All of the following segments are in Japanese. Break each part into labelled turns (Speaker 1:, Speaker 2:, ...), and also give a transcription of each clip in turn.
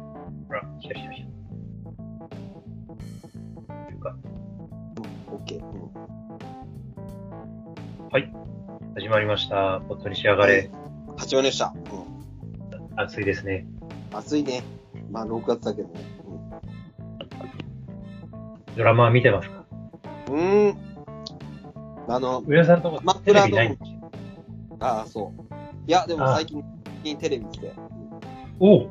Speaker 1: 来た来た来た。というか、
Speaker 2: うん、OK。うん。
Speaker 1: 始まりました。ポットに仕上がれ。
Speaker 2: 始まりました。う
Speaker 1: 暑いですね。
Speaker 2: ん。暑いね。まあ、6月だけどね。
Speaker 1: ドラマは見てますか
Speaker 2: うん。うーん。あの、
Speaker 1: 上田さんとこ
Speaker 2: マッ
Speaker 1: テ
Speaker 2: プ
Speaker 1: レ
Speaker 2: ラ
Speaker 1: ビ
Speaker 2: の
Speaker 1: ないんですよ。
Speaker 2: ああ、そう。いや、でも
Speaker 1: ああ
Speaker 2: 最近、最近テレビ来て。
Speaker 1: おう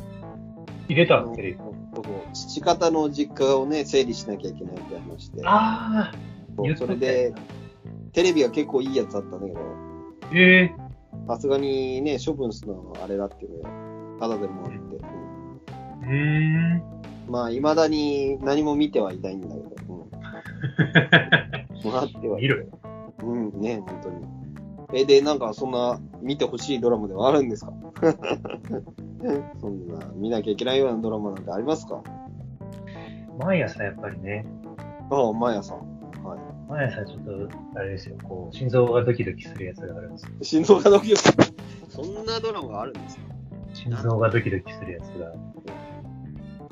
Speaker 1: 入れ
Speaker 2: あ
Speaker 1: た
Speaker 2: の
Speaker 1: テレビ。
Speaker 2: 僕、父方の実家をね、整理しなきゃいけないって話で。
Speaker 1: あ
Speaker 2: そう
Speaker 1: 言っ
Speaker 2: そ
Speaker 1: とった
Speaker 2: れで、テレビは結構いいやつだったんだけど、
Speaker 1: あ、ええ
Speaker 2: さすがにね、処分するのはあれだっていうので、ただでもあって。う
Speaker 1: ー。
Speaker 2: ん
Speaker 1: うーん。
Speaker 2: まあ、未だに何も見てはいないんだけど、うん。もらってはい
Speaker 1: 見ろよ。
Speaker 2: うんね、本当に。え、で、なんかそんな見てほしいドラマではあるんですか そんな見なきゃいけないようなドラマなんてありますか
Speaker 1: 毎朝やっぱりね、
Speaker 2: ああ、マヤさん。は
Speaker 1: 毎朝ちょっと、あれですよ、こう、心臓がドキドキするやつがあるんですよ。
Speaker 2: い。心臓がドキドキ。そんなドラマがあるんですか
Speaker 1: 心臓がドキドキするやつが。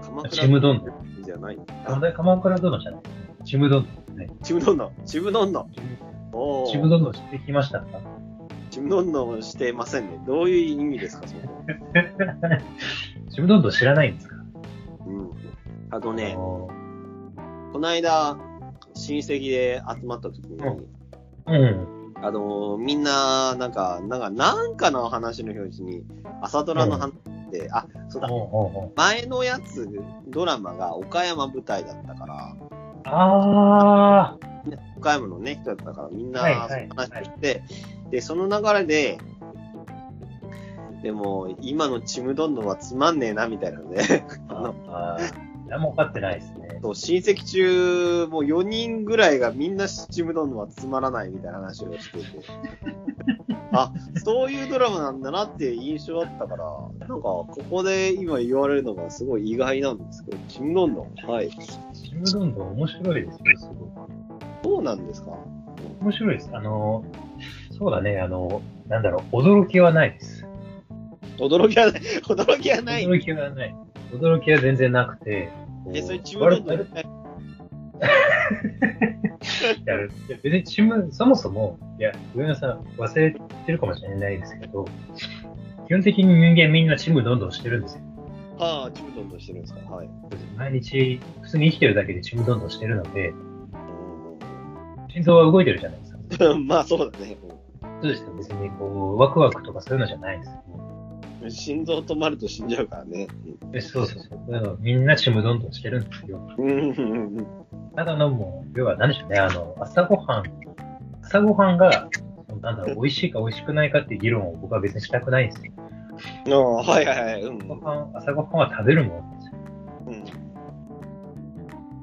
Speaker 2: 鎌倉
Speaker 1: ちむどんどん。
Speaker 2: じゃない。
Speaker 1: あれ鎌倉殿じゃないちむどんどん。
Speaker 2: ちむどんどん。ちむどんどん。おー
Speaker 1: ちむどんどん知ってきましたか
Speaker 2: ちむどんどんしてませんね。どういう意味ですか、そこ。
Speaker 1: ちむどんどん知らないんですか
Speaker 2: うん。あと
Speaker 1: あ
Speaker 2: ね、
Speaker 1: の
Speaker 2: この間、親戚で集まった時に、
Speaker 1: うんうん。
Speaker 2: あのーみんな、なんか、なんか、なんかの話の表示に、朝ドラの話って、あ、そうだ、
Speaker 1: おうおうおう
Speaker 2: 前のやつ、ドラマが岡山舞台だったから、
Speaker 1: ああ、
Speaker 2: ね岡山のね、人だったから、みんな、
Speaker 1: はい
Speaker 2: 話
Speaker 1: はい
Speaker 2: して、で、その流れで、でも、今のちむどんどんはつまんねえな、みたいなので、あの、
Speaker 1: あー何も分かってないですね。
Speaker 2: そう親戚中、もう4人ぐらいがみんなちむどんどんはつまらないみたいな話をしていて、あそういうドラマなんだなっていう印象だったから、なんか、ここで今言われるのがすごい意外なんですけど、ちむどんどん、はい。
Speaker 1: ちむどんどん面白いですよ、すごく。
Speaker 2: どうなんですか
Speaker 1: 面白いです。あの、そうだね、あの、なんだろう、驚きはないです。
Speaker 2: 驚きはない、 驚きはない。
Speaker 1: 驚きはない。驚きは全然なくて。
Speaker 2: え、それちむどんどん
Speaker 1: 悪く悪くやるいや別にちむ、そもそも、いや、上野さん忘れてるかもしれないですけど、基本的に人間みんなちむどんどんしてるんですよ。
Speaker 2: ああ、ちむどんどんしてるんですかはい。
Speaker 1: 毎日、普通に生きてるだけでちむどんどんしてるので、
Speaker 2: う
Speaker 1: 心臓は動いてるじゃないですか。
Speaker 2: ん まあ、そうだね。
Speaker 1: そうですよ。別にこう、ワクワクとかそういうのじゃないですよ。
Speaker 2: うん心臓止まると死んじゃうからね。
Speaker 1: えそうそうそう。だからみんなちむどんどんしてるんですよ。
Speaker 2: うんうんうんうん。
Speaker 1: ただのもう、要は何でしょうね、あの、朝ごはん、朝ごはんが、なんだろう、美味しいか美味しくないかっていう議論を僕は別にしたくないんですよ。
Speaker 2: ああ、はいはいはい。うん。
Speaker 1: 朝ごはん、朝ごはんは食べるものなんですよ。
Speaker 2: うん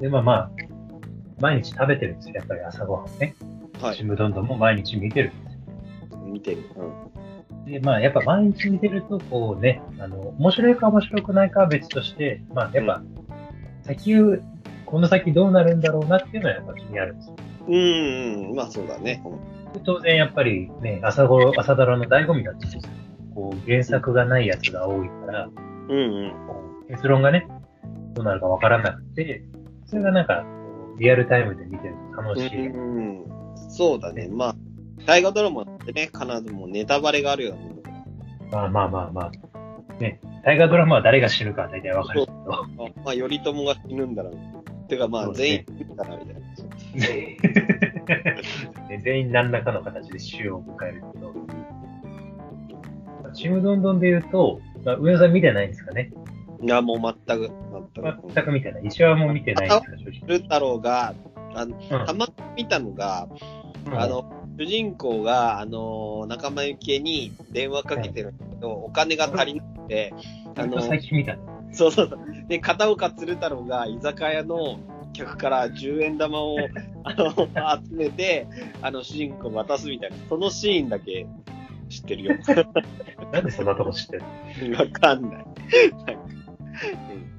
Speaker 1: で、まあまあ、毎日食べてるんですよ、やっぱり朝ごはんをね。
Speaker 2: は
Speaker 1: ち
Speaker 2: い。
Speaker 1: むどんどんも毎日見てるんですよ。
Speaker 2: 見てる。うん。
Speaker 1: で、まあ、やっぱ毎日見てると、こうね、あの、面白いか面白くないかは別として、まあ、やっぱ、先、この先どうなるんだろうなっていうのはやっぱ気になるんですよ
Speaker 2: うん、うん、まあそうだね。
Speaker 1: 当然やっぱりね、朝ごろ、朝ドラの醍醐味だったんですよ。こう、原作がないやつが多いから、
Speaker 2: うん、うん、
Speaker 1: こう結論がね、どうなるかわからなくて、それがなんか、こうリアルタイムで見てると楽しい。
Speaker 2: うん。そうだね。まあ、大河ドラマってね、必ずもうネタバレがあるようなものだか
Speaker 1: まあまあまあまあ。ね、大河ドラマは誰が死ぬかは大体わかるけど。
Speaker 2: ら、まあ、頼朝が死ぬんだな。てかま
Speaker 1: そ
Speaker 2: あ、
Speaker 1: うですね
Speaker 2: 全員死ぬんだな、みたいな。
Speaker 1: ね全員何らかの形で死を迎えるけど。ちむどんどんで言うと、まあ、上野さん見てないんですかね
Speaker 2: いや、もう全く、全く。
Speaker 1: 全く見てない。石原も見てないんですか、正
Speaker 2: 鶴太郎が、あの
Speaker 1: 直。
Speaker 2: たまに見たのが、
Speaker 1: うん
Speaker 2: あ、の、主人公が、あの、仲間由紀恵に電話かけてるんだけど、お金が足りなくて、あ
Speaker 1: 割
Speaker 2: の
Speaker 1: と、最近見た。
Speaker 2: そうそうそう。で、片岡鶴太郎が居酒屋の客から10円玉をあの集 めて、あの主人公に渡すみたいな、そのシーンだけ知ってるよ。
Speaker 1: なんでそんなとこ知ってるの
Speaker 2: わかんない。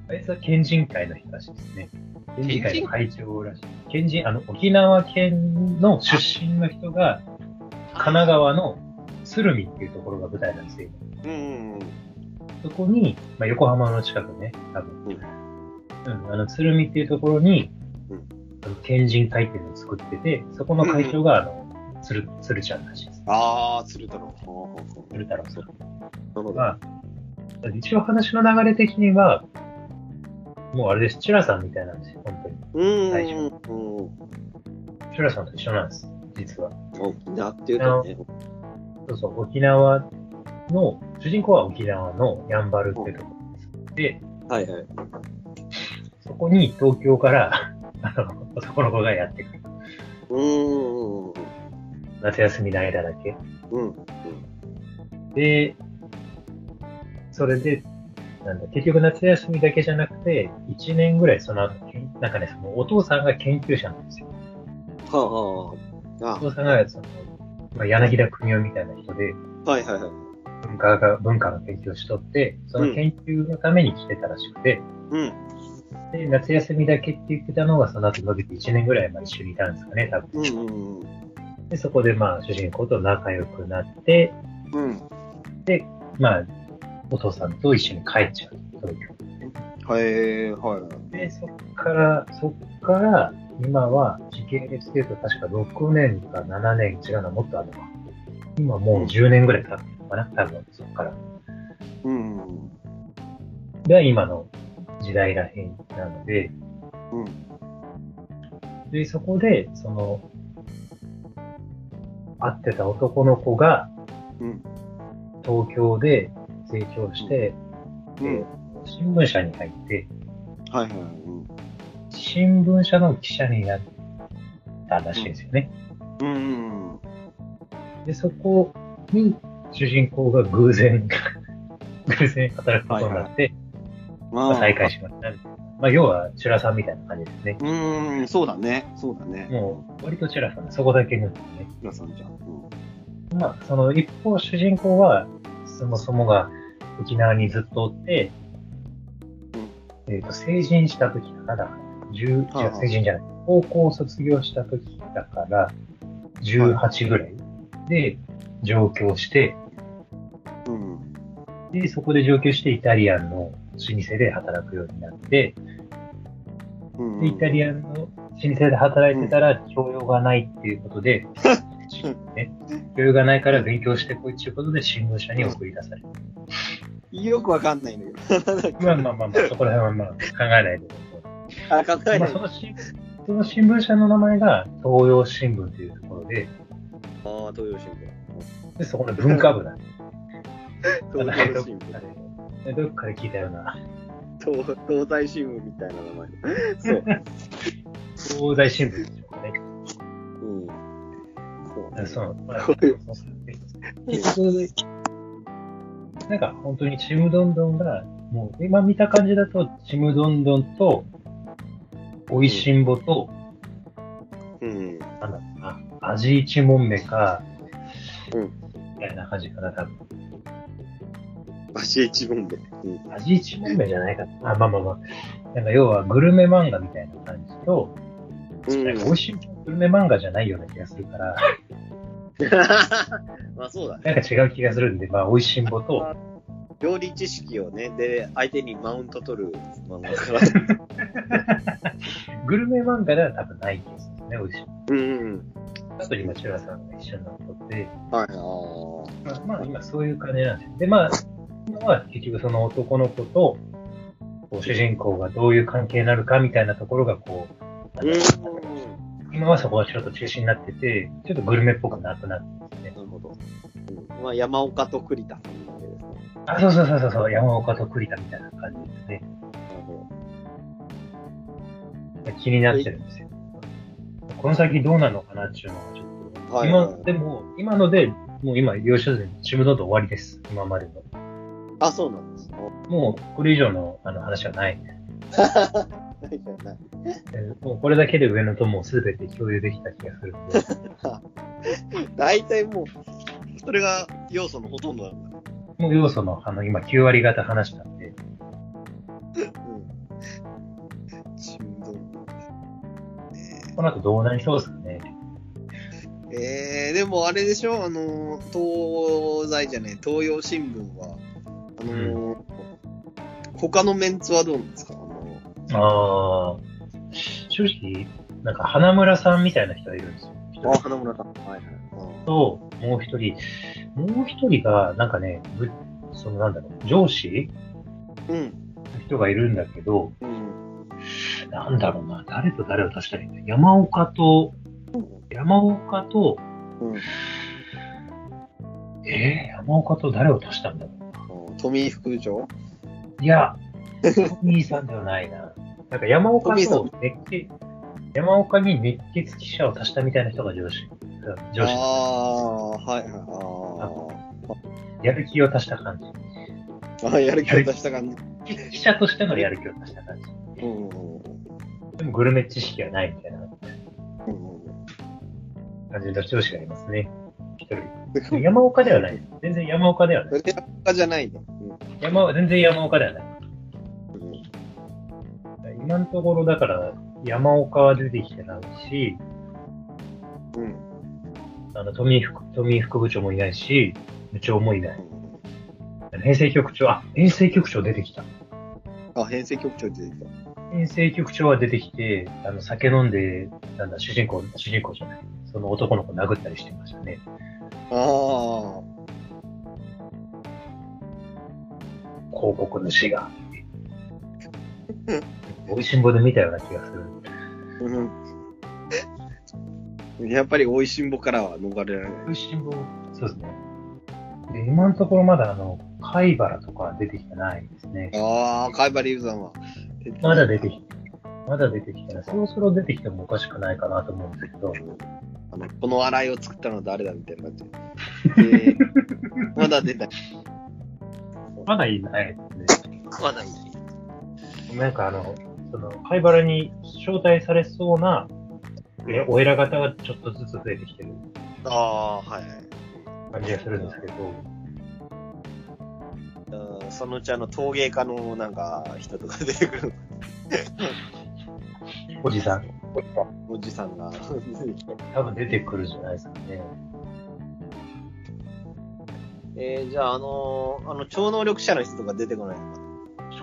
Speaker 1: あいつは県人会の人らしいですね。県人会の会長らしい。県人、あの、沖縄県の出身の人が、神奈川
Speaker 2: 川。
Speaker 1: の鶴見っていうところが舞台なんですよ。
Speaker 2: うんうんうん。
Speaker 1: そこに、まあ、横浜の近くね、多分、うん、あの、鶴見っていうところに
Speaker 2: うん、
Speaker 1: あの天神会っていうのを作ってて、そこの会長が、あの、鶴、鶴ちゃんらしいです。
Speaker 2: あー、鶴太郎。
Speaker 1: 鶴太郎さん。
Speaker 2: なので、
Speaker 1: まあ、一応話の流れ的には、もうあれです、チュラさんみたいなんですよ、本当に。
Speaker 2: う
Speaker 1: 大丈
Speaker 2: ーん。うん
Speaker 1: チュラさんと一緒なんです、実は。
Speaker 2: 沖縄っていうとね、
Speaker 1: そうそう、沖縄の、主人公は沖縄のやんばるってとこで、
Speaker 2: はいはい。
Speaker 1: そこに東京から、 あの、男の子がやってくる。
Speaker 2: うーん。
Speaker 1: 夏休みの間だけ。
Speaker 2: うん。
Speaker 1: で、それで、なんだ、結局夏休みだけじゃなくて、1年ぐらいその後、けんなんかね、そのお父さんが研究者なんですよ。
Speaker 2: はあはあ。
Speaker 1: お
Speaker 2: あ
Speaker 1: 父さんが、その、まあ、柳田国男みたいな人で、
Speaker 2: はいはいはい。
Speaker 1: 文化が、文化の研究をしとって、その研究のために来てたらしくて、
Speaker 2: うん。
Speaker 1: で、夏休みだけって言ってたのが、その後伸びて1年ぐらいまあ一緒にいたんですかね、多分。
Speaker 2: うんうん
Speaker 1: で、そこでまあ、主人公と仲良くなって、
Speaker 2: うん。うん。
Speaker 1: まあ、お父さんと一緒に帰っちゃう。東京
Speaker 2: はいはいはい。
Speaker 1: で、そっから、そっから、今は、時系列でいうと確か6年か7年、違うな、もっとあるのか。今もう10年ぐらい経ってるのかな、多分、そっから。
Speaker 2: うん。うん。
Speaker 1: が今の時代らへんなので、
Speaker 2: うん。
Speaker 1: で、そこで、その、会ってた男の子が
Speaker 2: うん。
Speaker 1: 東京で成長して、
Speaker 2: うん。
Speaker 1: 新聞社に入って、
Speaker 2: はいはい。うん。
Speaker 1: 新聞社の記者になったらしいんですよね。
Speaker 2: うん。
Speaker 1: で、そこに主人公が偶然、 偶然働くことになって、
Speaker 2: ま
Speaker 1: まあ再。会しました。まあ、要は、チュラさんみたいな感じですね。
Speaker 2: うーん、そうだね。そうだね。
Speaker 1: もう、割とチュラさん、そこだけなんですね。
Speaker 2: 皆さんじゃん。うん
Speaker 1: まあ、その一方、主人公は、そもそもが沖縄にずっとおって、えっ、と、成人した時かな、だから、十違う
Speaker 2: はいはい
Speaker 1: 成人じゃない、高校を卒業した時だから、18ぐらいで上京して、
Speaker 2: うん。
Speaker 1: で、そこで上京してイタリアンの老舗で働くようになって、
Speaker 2: うん
Speaker 1: で、イタリアンの老舗で働いてたら、教養がないっていうこと で、ね、教養がないから勉強してこいっていうことで新聞社に送り出される
Speaker 2: よくわかんないんだけど。なんか
Speaker 1: まあまあまあまあ、そこら辺はまあ考えないで。
Speaker 2: あ、考え
Speaker 1: まあ、
Speaker 2: ない
Speaker 1: そ。の新その新聞社の名前が東洋新聞というところで、
Speaker 2: ああ、東洋新
Speaker 1: でそこの文化部なんで
Speaker 2: 聞。東洋新聞。
Speaker 1: す。どっかで聞いたような、
Speaker 2: 東東西新聞みたいな名前。そう。
Speaker 1: 東西新聞でしょうかね。
Speaker 2: うん。
Speaker 1: あその、まあ、
Speaker 2: こういう
Speaker 1: そうでなんか本当にちむどんどんが、もう今見た感じだと、ちむどんどんと、おいしんぼと、
Speaker 2: うん。
Speaker 1: なんだろうな、味一問目か、
Speaker 2: うん
Speaker 1: みたいな感じかな、多分。
Speaker 2: バシエチボンベ。うん。
Speaker 1: 味一問目じゃないかな。あ、まあまあまあ。なんか要はグルメ漫画みたいな感じと、なんか美味しいグルメ漫画じゃないような気がするから、
Speaker 2: まあそうだね。
Speaker 1: なんか違う気がするんで、まあ美味しんぼと、
Speaker 2: 料理知識をね、で、相手にマウント取る漫画から。
Speaker 1: グルメ漫画では多分ない気がするんですね、美味しい。
Speaker 2: うん。
Speaker 1: あと今、チュラさんが一緒になっとって、
Speaker 2: はい。あ
Speaker 1: まあ、まあ今そういう感じなんですよ。で、まあ、今は結局その男の子と、こう主人公がどういう関係になるかみたいなところがこう、
Speaker 2: あ。うん。
Speaker 1: 今はそこがちょっと中心になってて、ちょっとグルメっぽくなくなってますね。
Speaker 2: なるほど。うんまあ、山岡と栗田さんだけですね。
Speaker 1: あ、そうそうそうそうそう、山岡と栗田みたいな感じですね。
Speaker 2: なるほ
Speaker 1: 気になってるんですよ。この先どうなるのかなっていうのがちょっと。
Speaker 2: はい
Speaker 1: 今、でも、今ので、もう今、要所でチームドット終わりです。今までの。
Speaker 2: ど。あ、そうなんです。 あ
Speaker 1: もう、これ以上のあの話はない。
Speaker 2: ないじゃない。
Speaker 1: えーもうこれだけで上野ともうすべて共有できた気がするんで。
Speaker 2: 大体もう、それが要素のほとんどなんだ。
Speaker 1: もう要素の、あの、今9割方話したんで、
Speaker 2: うん。しんどい。
Speaker 1: この後どうなりそうですかね。
Speaker 2: えー、でもあれでしょあのー、東西じゃねえ、東洋新聞は、あのー他のメンツはどうなんですかあの
Speaker 1: ああ、正直、なんか花村さんみたいな人がいるんですよ。
Speaker 2: あ、花村さん。はいはい。
Speaker 1: と、もう一人、もう一人が、なんかね、ぶそのなんだろう、上司
Speaker 2: うん。
Speaker 1: の人がいるんだけど、
Speaker 2: うん。
Speaker 1: なんだろうな、誰と誰を足したらいいんだ山岡と、山岡と、
Speaker 2: うん。
Speaker 1: えー、山岡と誰を足したんだろ
Speaker 2: うん富井副部長
Speaker 1: ういや、トミーさんではないな。なんか山岡
Speaker 2: トミーさん
Speaker 1: と熱血、山岡に熱血記者を足したみたいな人が上司。上司。
Speaker 2: ああー、はいは
Speaker 1: やる気を足した感じ。
Speaker 2: い。ああー、やる気を出した感じ。
Speaker 1: 記者としてのやる気を足した感じ。
Speaker 2: うんうんうん
Speaker 1: でもグルメ知識はないみたいな
Speaker 2: うんうん。
Speaker 1: 感じの上司がいますね。一人。山岡ではない。全然山岡ではない。
Speaker 2: それは他じゃないね。
Speaker 1: 山は、全然山岡ではない。
Speaker 2: うんうん
Speaker 1: 今のところだから、山岡は出てきてないし、
Speaker 2: うん。
Speaker 1: あの、富井副、富井副部長もいないし、部長もいない。
Speaker 2: うん
Speaker 1: 編成局長、あ、編成局長出てきた。
Speaker 2: あ、編成局長出てきた。
Speaker 1: 編成局長は出てきて、あの、酒飲んで、なんだ、主人公、主人公じゃない。その男の子殴ったりしてましたね。
Speaker 2: あ
Speaker 1: 広告主が。美味しんぼで見たような気がする。
Speaker 2: あ。うん。やっぱり、おいしんぼからは逃れられない。
Speaker 1: 美味しんぼそうですね。で、今のところまだあの、貝原とかは出てきてないですね。
Speaker 2: ああ、カイバリーユーザーは。
Speaker 1: まだ出てきて、まだ出てきてない。そろそろ出てきてもおかしくないかなと思うんですけど、
Speaker 2: あのこの洗いを作ったのは誰だみたいにな って。でまだ出ない。
Speaker 1: まだいないですね。
Speaker 2: まだいい。
Speaker 1: なんかあの、その、貝原に招待されそうな、えお偉方がちょっとずつ増えてきてる
Speaker 2: ああー、はいは
Speaker 1: 感
Speaker 2: い。
Speaker 1: じがするんですけど、
Speaker 2: うんそのうちあの陶芸家のなんか人とか出てくる
Speaker 1: おじさん、
Speaker 2: おじさんが出てきて。
Speaker 1: 多分出てくるじゃないですかね。
Speaker 2: えー、じゃあ、あのーあの、超能力者の人とか出てこないのか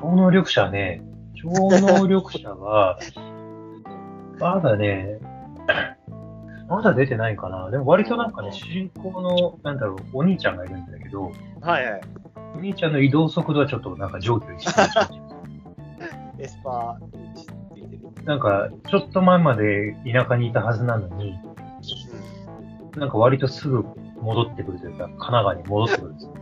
Speaker 1: 超能力者ね、超能力者は、まだね、まだ出てないかな。でも割となんかね、主人公の、なんだろう、お兄ちゃんがいるんだけど、
Speaker 2: はいはい。
Speaker 1: お兄ちゃんの移動速度はちょっとなんか上級にしてる感
Speaker 2: エスパーに出てる。
Speaker 1: じ。なんか、ちょっと前まで田舎にいたはずなのに、なんか割とすぐ戻ってくるというか、神奈川に戻ってくるんですよ。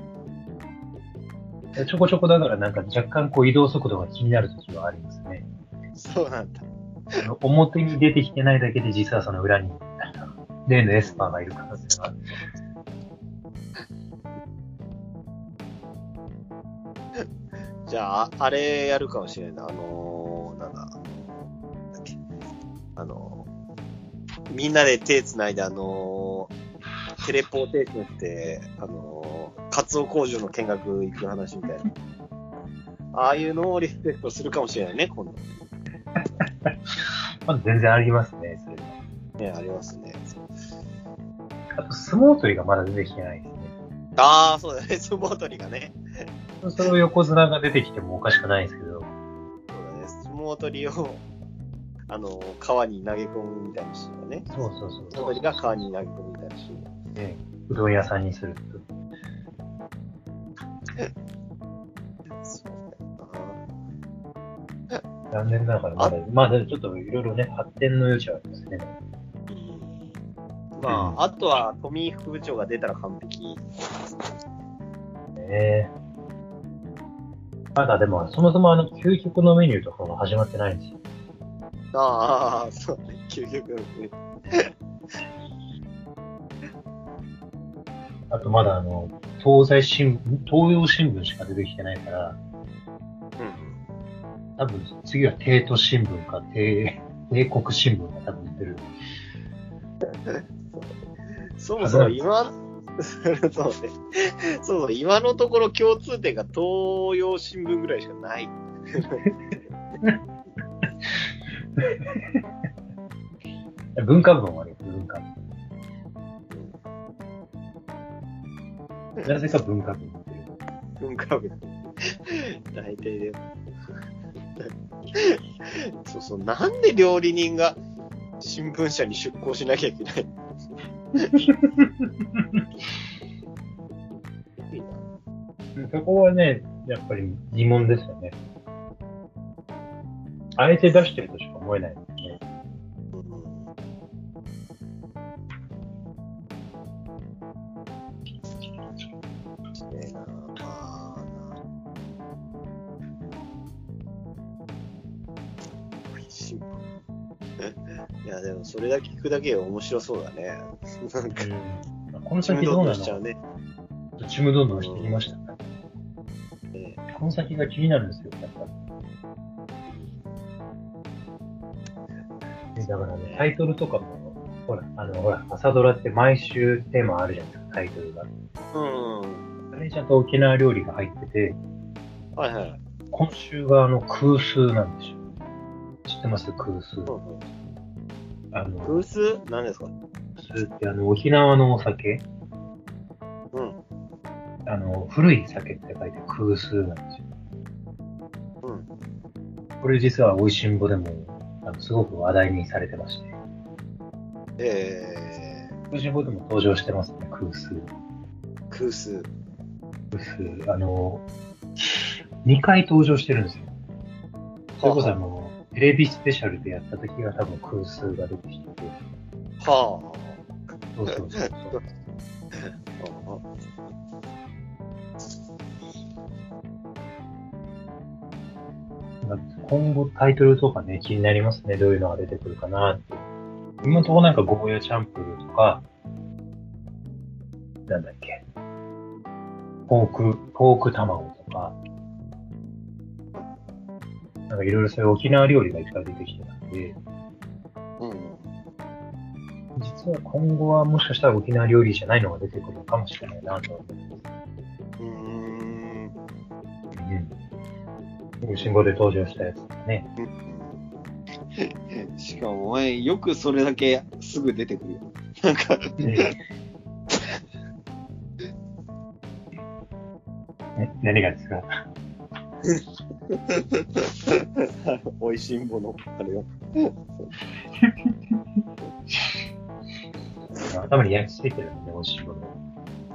Speaker 1: でちょこちょこだからなんか若干こう移動速度が気になる時はありますね。
Speaker 2: うんそうなんだ。
Speaker 1: あの表に出てきてないだけで、実はその裏に、例のエスパーがいる可能性がある。
Speaker 2: じゃあ、あれやるかもしれないな。あのー、なんだ。なんだっけあのー、みんなで手つないで、あのー、テレポーテーションして、あのー、カツオ工場の見学行く話みたいな。ああいうのをリスペクトするかもしれないね、今度。
Speaker 1: まあ、全然ありますね、それは
Speaker 2: ね、ありますね。
Speaker 1: あと、相撲取りがまだ出てきてないですね。
Speaker 2: ああ、そうだね、相撲取りがね。
Speaker 1: それを横綱が出てきてもおかしくないですけど、
Speaker 2: そうだね、相撲取りを、あのー、川に投げ込むみたいなシーンだね。
Speaker 1: そうそうそう
Speaker 2: 相撲取りが川に投げ込むみたいなシーン。
Speaker 1: ね、うどん屋さんにすると。
Speaker 2: そうだな。
Speaker 1: 残念ながらまだ、まあ、ちょっといろいろね、発展の余地はありますね。
Speaker 2: まあ、あとは富井副部長が出たら完璧。
Speaker 1: ねまだでも、そもそもあの、究極のメニューとかが始まってないんですよ。
Speaker 2: ああ、そうね、 究極のね。
Speaker 1: あとまだあの、東西新聞、東洋新聞しか出てきてないから、
Speaker 2: うん。
Speaker 1: 多分次は帝都新聞か帝帝国新聞が多分出る。
Speaker 2: そもそも今、 そうね。そうそう、今のところ共通点が東洋新聞ぐらいしかない。
Speaker 1: 文化部もあるよ、文化部。なぜか文化部になってる。
Speaker 2: 文化部。大体でも。 そうそう、なんで料理人が新聞社に出向しなきゃいけない
Speaker 1: そこはね、やっぱり疑問ですよね。あえて出してるとしか思えないですね。
Speaker 2: ねえなまあな新聞いや、でもそれだけ聞くだけで面白そうだね。なんか、
Speaker 1: うん、この先どうな
Speaker 2: ちむどんどんしちゃう
Speaker 1: の
Speaker 2: ね。
Speaker 1: ちむどんどんしてきましたね。
Speaker 2: ね
Speaker 1: この先が気になるんですよ、やっぱりねだからね、タイトルとかも、ほら、あの、ほら、朝ドラって毎週テーマあるじゃないですか、タイトルが。
Speaker 2: う
Speaker 1: あ
Speaker 2: ん。
Speaker 1: れちゃんと沖縄料理が入ってて、
Speaker 2: はいはい。
Speaker 1: 今週があの空数なんですよ。知ってます空数。あの、
Speaker 2: ブース何ですか
Speaker 1: 空数ってあの、沖縄のお酒、
Speaker 2: うん。
Speaker 1: あの、古い酒って書いて空数なんですよ。
Speaker 2: うん。
Speaker 1: これ実は美味しんぼでも、あのすごく話題にされてまして。
Speaker 2: え
Speaker 1: 美味しんぼでも登場してますね、空数。
Speaker 2: ー、クース。
Speaker 1: 空数。あの、2回登場してるんですよ。それこそあの、テレビスペシャルでやった時が多分空数が出てきてて、
Speaker 2: は
Speaker 1: そうそうそうそう。
Speaker 2: あ。はあ
Speaker 1: 今後タイトルとかね、気になりますね。どういうのが出てくるかなって。今のところなんかゴーヤチャンプルーとか、なんだっけ。ポーク、ポーク卵とか、なんかいろいろそういう沖縄料理がいっぱい出てきてたんで、
Speaker 2: うん。
Speaker 1: 実は今後はもしかしたら沖縄料理じゃないのが出てくるかもしれないなと思って。
Speaker 2: うーん。
Speaker 1: うん。美味しんぼで登場したやつとかね。
Speaker 2: しかもお前、よくそれだけすぐ出てくるよ。なん か、
Speaker 1: ね何がですか
Speaker 2: 美味しんぼの、あれよ。
Speaker 1: 頭に焼き付いてるんで、美味しいもの。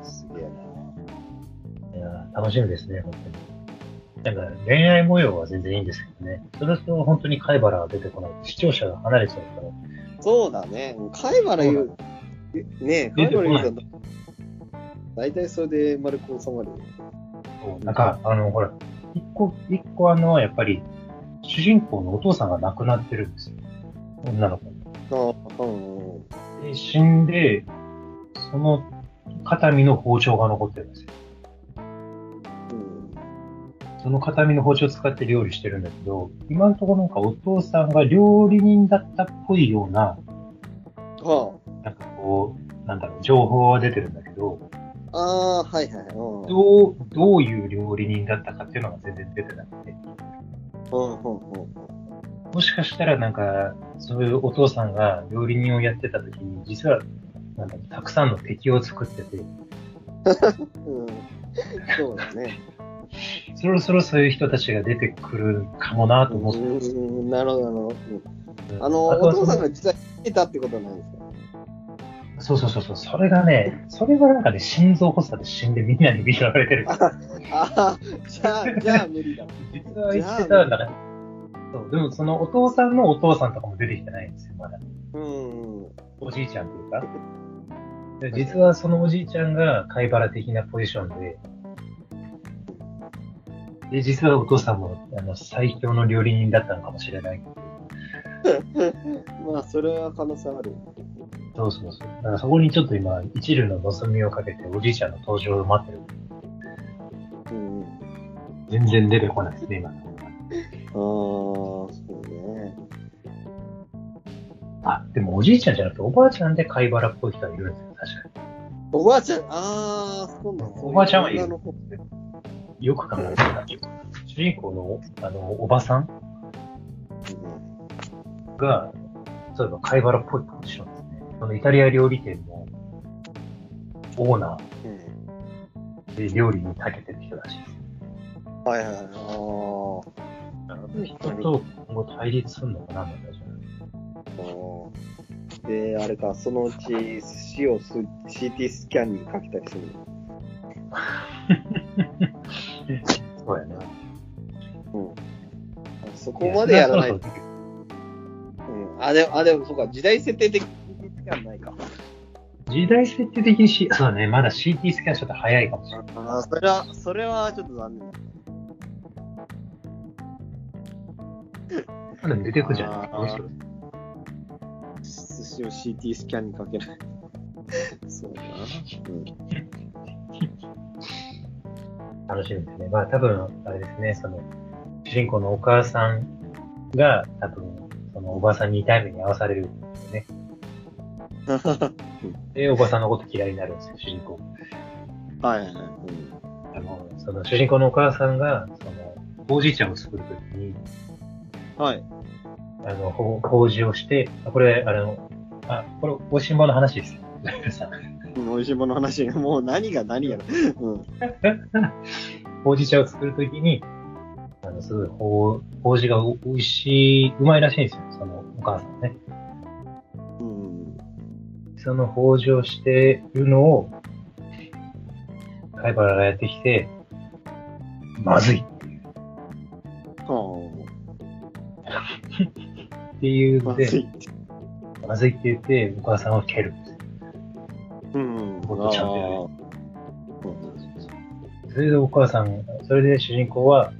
Speaker 2: すげえな。
Speaker 1: いやー楽しみですね、本当に。なんか恋愛模様は全然いいんですけどね。それと本当に貝原は出てこない。視聴者が離れちゃうから。
Speaker 2: そうだね。貝原優、ねえ、
Speaker 1: 出
Speaker 2: 貝
Speaker 1: てこ
Speaker 2: 原優
Speaker 1: ない
Speaker 2: さんだ。大体それで丸く収まるよ。
Speaker 1: なんか、あの、ほら、一個、一個あの、やっぱり、主人公のお父さんが亡くなってるんですよ。女の子の
Speaker 2: あうんうん。
Speaker 1: で、死んで、その、肩身の包丁が残ってるんですよ。
Speaker 2: うん
Speaker 1: その片身の包丁を使って料理してるんだけど、今のところなんかお父さんが料理人だったっぽいような、
Speaker 2: は
Speaker 1: なんかこう、なんだろう、情報は出てるんだけど、
Speaker 2: あ。ああー、はいはい。うん。うん
Speaker 1: どう、どういう料理人だったかっていうのが全然出てなくて、
Speaker 2: うんうん。
Speaker 1: もしかしたらなんか、そういうお父さんが料理人をやってた時に、実は、なんだろうたくさんの敵を作ってて、
Speaker 2: うん、そうだね。
Speaker 1: そろそろそういう人たちが出てくるかもなと思って、
Speaker 2: うん、なるほど、なるほど。うんあの、
Speaker 1: と
Speaker 2: お
Speaker 1: はそ
Speaker 2: 父さんが実は生きてたってことなんですか
Speaker 1: そうそうそうそう、それがね、それがなんかね、心臓発作で死んでみんなに見られてる。
Speaker 2: ああ、じゃあ、じゃあ無理だ。
Speaker 1: 実は言ってたんだから。そう、でもそのお父さんのお父さんとかも出てきてないんですよ、まだ。
Speaker 2: うん。うん
Speaker 1: おじいちゃんというか。で実はそのおじいちゃんが貝原的なポジションで、で、実はお父さんもあの最強の料理人だったのかもしれない。
Speaker 2: まあ、それは可能性ある。
Speaker 1: そうそうそう。だからそこにちょっと今、一縷の望みをかけておじいちゃんの登場を待ってる。
Speaker 2: うん。
Speaker 1: 全然出てこないですね、今。
Speaker 2: ああ、そうね。
Speaker 1: あ、でもおじいちゃんじゃなくておばあちゃんで貝原っぽい人はいるんですよ、確か
Speaker 2: おばあちゃん、ああ、そうなんだ
Speaker 1: おばあちゃんはいる
Speaker 2: 女の子
Speaker 1: に。よく考えたら、主人公のあのおばさん
Speaker 2: うん
Speaker 1: が、例えば貝原っぽいポジションですね。そのイタリア料理店のオーナ
Speaker 2: うん
Speaker 1: ーで料理に長けてる人らしいです。
Speaker 2: はいはいはい。ああ。
Speaker 1: あの
Speaker 2: な。
Speaker 1: 人と今後対立するのかなみたいな。
Speaker 2: で、あれか、そのうち死をす CT スキャンにかけたりするの。
Speaker 1: そうやな。
Speaker 2: うん。そこまでやらない
Speaker 1: や
Speaker 2: と。うん。あ、でも、あ、でも、そうか、時代設定的に CT スキャンないか。
Speaker 1: 時代設定的にし、そうだね、まだ CT スキャンちょっと早いかもしれない。
Speaker 2: あ、それは、それはちょっと残念だ。
Speaker 1: まだ出てくじゃ
Speaker 2: あ
Speaker 1: ん。
Speaker 2: ー
Speaker 1: どうしよ
Speaker 2: 死を CT スキャンにかけない。そうだな。うん。
Speaker 1: う楽しみですね。まあ多分、あれですね、その、主人公のお母さんが、多分、そのおばさんに痛い目に遭わされるんですよね。で、おばさんのこと嫌いになるんですよ、主人公。
Speaker 2: はいはいはい。うん
Speaker 1: あの、その主人公のお母さんが、その、ほうじ茶を作るときに、
Speaker 2: はい。
Speaker 1: あの、ほう、ほうじをして、あこれ、あの、あ、これ、おしんぼの話です。
Speaker 2: うん美味しいもの話、もう何が何やら。うん。
Speaker 1: ほうじ茶を作るときに、あの、すごい、ほう、ほうじがお美味しい、うまいらしいんですよ。その、お母さんね。
Speaker 2: うん。
Speaker 1: そのほうじをしてるのを、貝原がやってきて、まずい
Speaker 2: は
Speaker 1: っていう
Speaker 2: あ。ま
Speaker 1: の
Speaker 2: ず
Speaker 1: で、
Speaker 2: いって。
Speaker 1: まずいって言って、お母さんを蹴る。
Speaker 2: うん。
Speaker 1: ほんとちゃんとやれ
Speaker 2: あーうん
Speaker 1: それでお母さん、それで主人公は、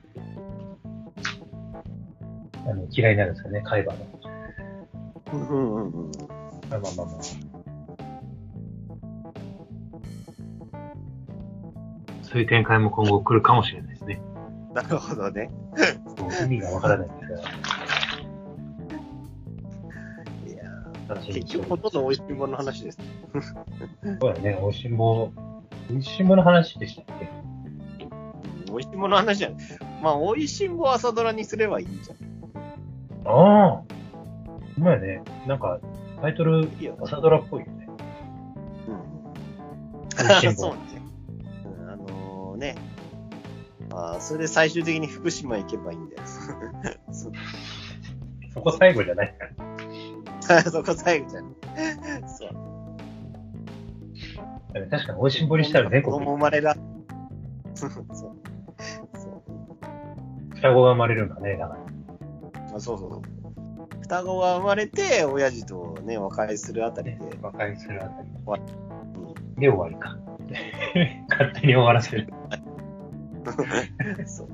Speaker 1: あの嫌いになるんですよね、海馬の。
Speaker 2: うんうんうん。
Speaker 1: まあまあまあまあ。そういう展開も今後来るかもしれないですね。
Speaker 2: なるほどね。
Speaker 1: もう意味がわからないんですが、
Speaker 2: いや
Speaker 1: 楽しみに
Speaker 2: 結
Speaker 1: してお
Speaker 2: 局
Speaker 1: り
Speaker 2: ほ
Speaker 1: ま
Speaker 2: とんど美味しいものの話です。
Speaker 1: す。そうだね、おいしんぼ、おいしんぼの話でしたっけ
Speaker 2: 美味しいものの話じゃない。まあ、美味しいも朝ドラにすればいいんじゃん。
Speaker 1: ああうまいね。なんか、タイトル、
Speaker 2: いいよ。
Speaker 1: 朝ドラっぽいよね。おいし
Speaker 2: うんん。
Speaker 1: ぼ
Speaker 2: そう。ね。うんあのーね。あーそれで最終的に福島行けばいいんだよ。 そう
Speaker 1: そこ最後じゃないから。
Speaker 2: そこ最後じゃん。 そう。
Speaker 1: 確かにおいしんぼにしたら全国
Speaker 2: 子供生まれだ。 そう そう。そう
Speaker 1: 双子が生まれるんだね、だから。
Speaker 2: あそうそうそう。双子が生まれて、親父とね、和解するあたりで。
Speaker 1: 和解するあたり。
Speaker 2: 終
Speaker 1: で終わりか。 勝手に終わらせ る。
Speaker 2: そう。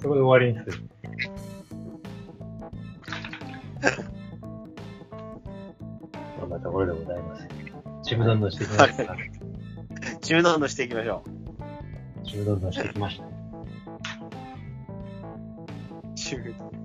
Speaker 1: そこで終わりにす る。そんなところでございます。ちむどんどんしてきました。
Speaker 2: ちむどんどんしていきまし ょ
Speaker 1: ちむどんどんしてきました。
Speaker 2: う。ちむどんどん。